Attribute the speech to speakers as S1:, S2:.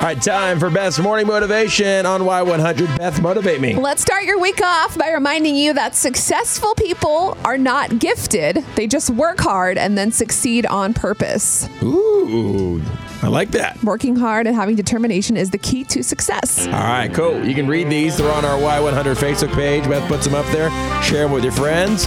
S1: right, time for Beth's morning motivation on Y100. Beth, motivate me.
S2: Let's start your week off by reminding you that successful people are not gifted. They just work hard and then succeed on purpose.
S1: Ooh, I like that.
S2: Working hard and having determination is the key to success.
S1: All right, cool. You can read these. They're on our Y100 Facebook page. Beth puts them up there. Share them with your friends.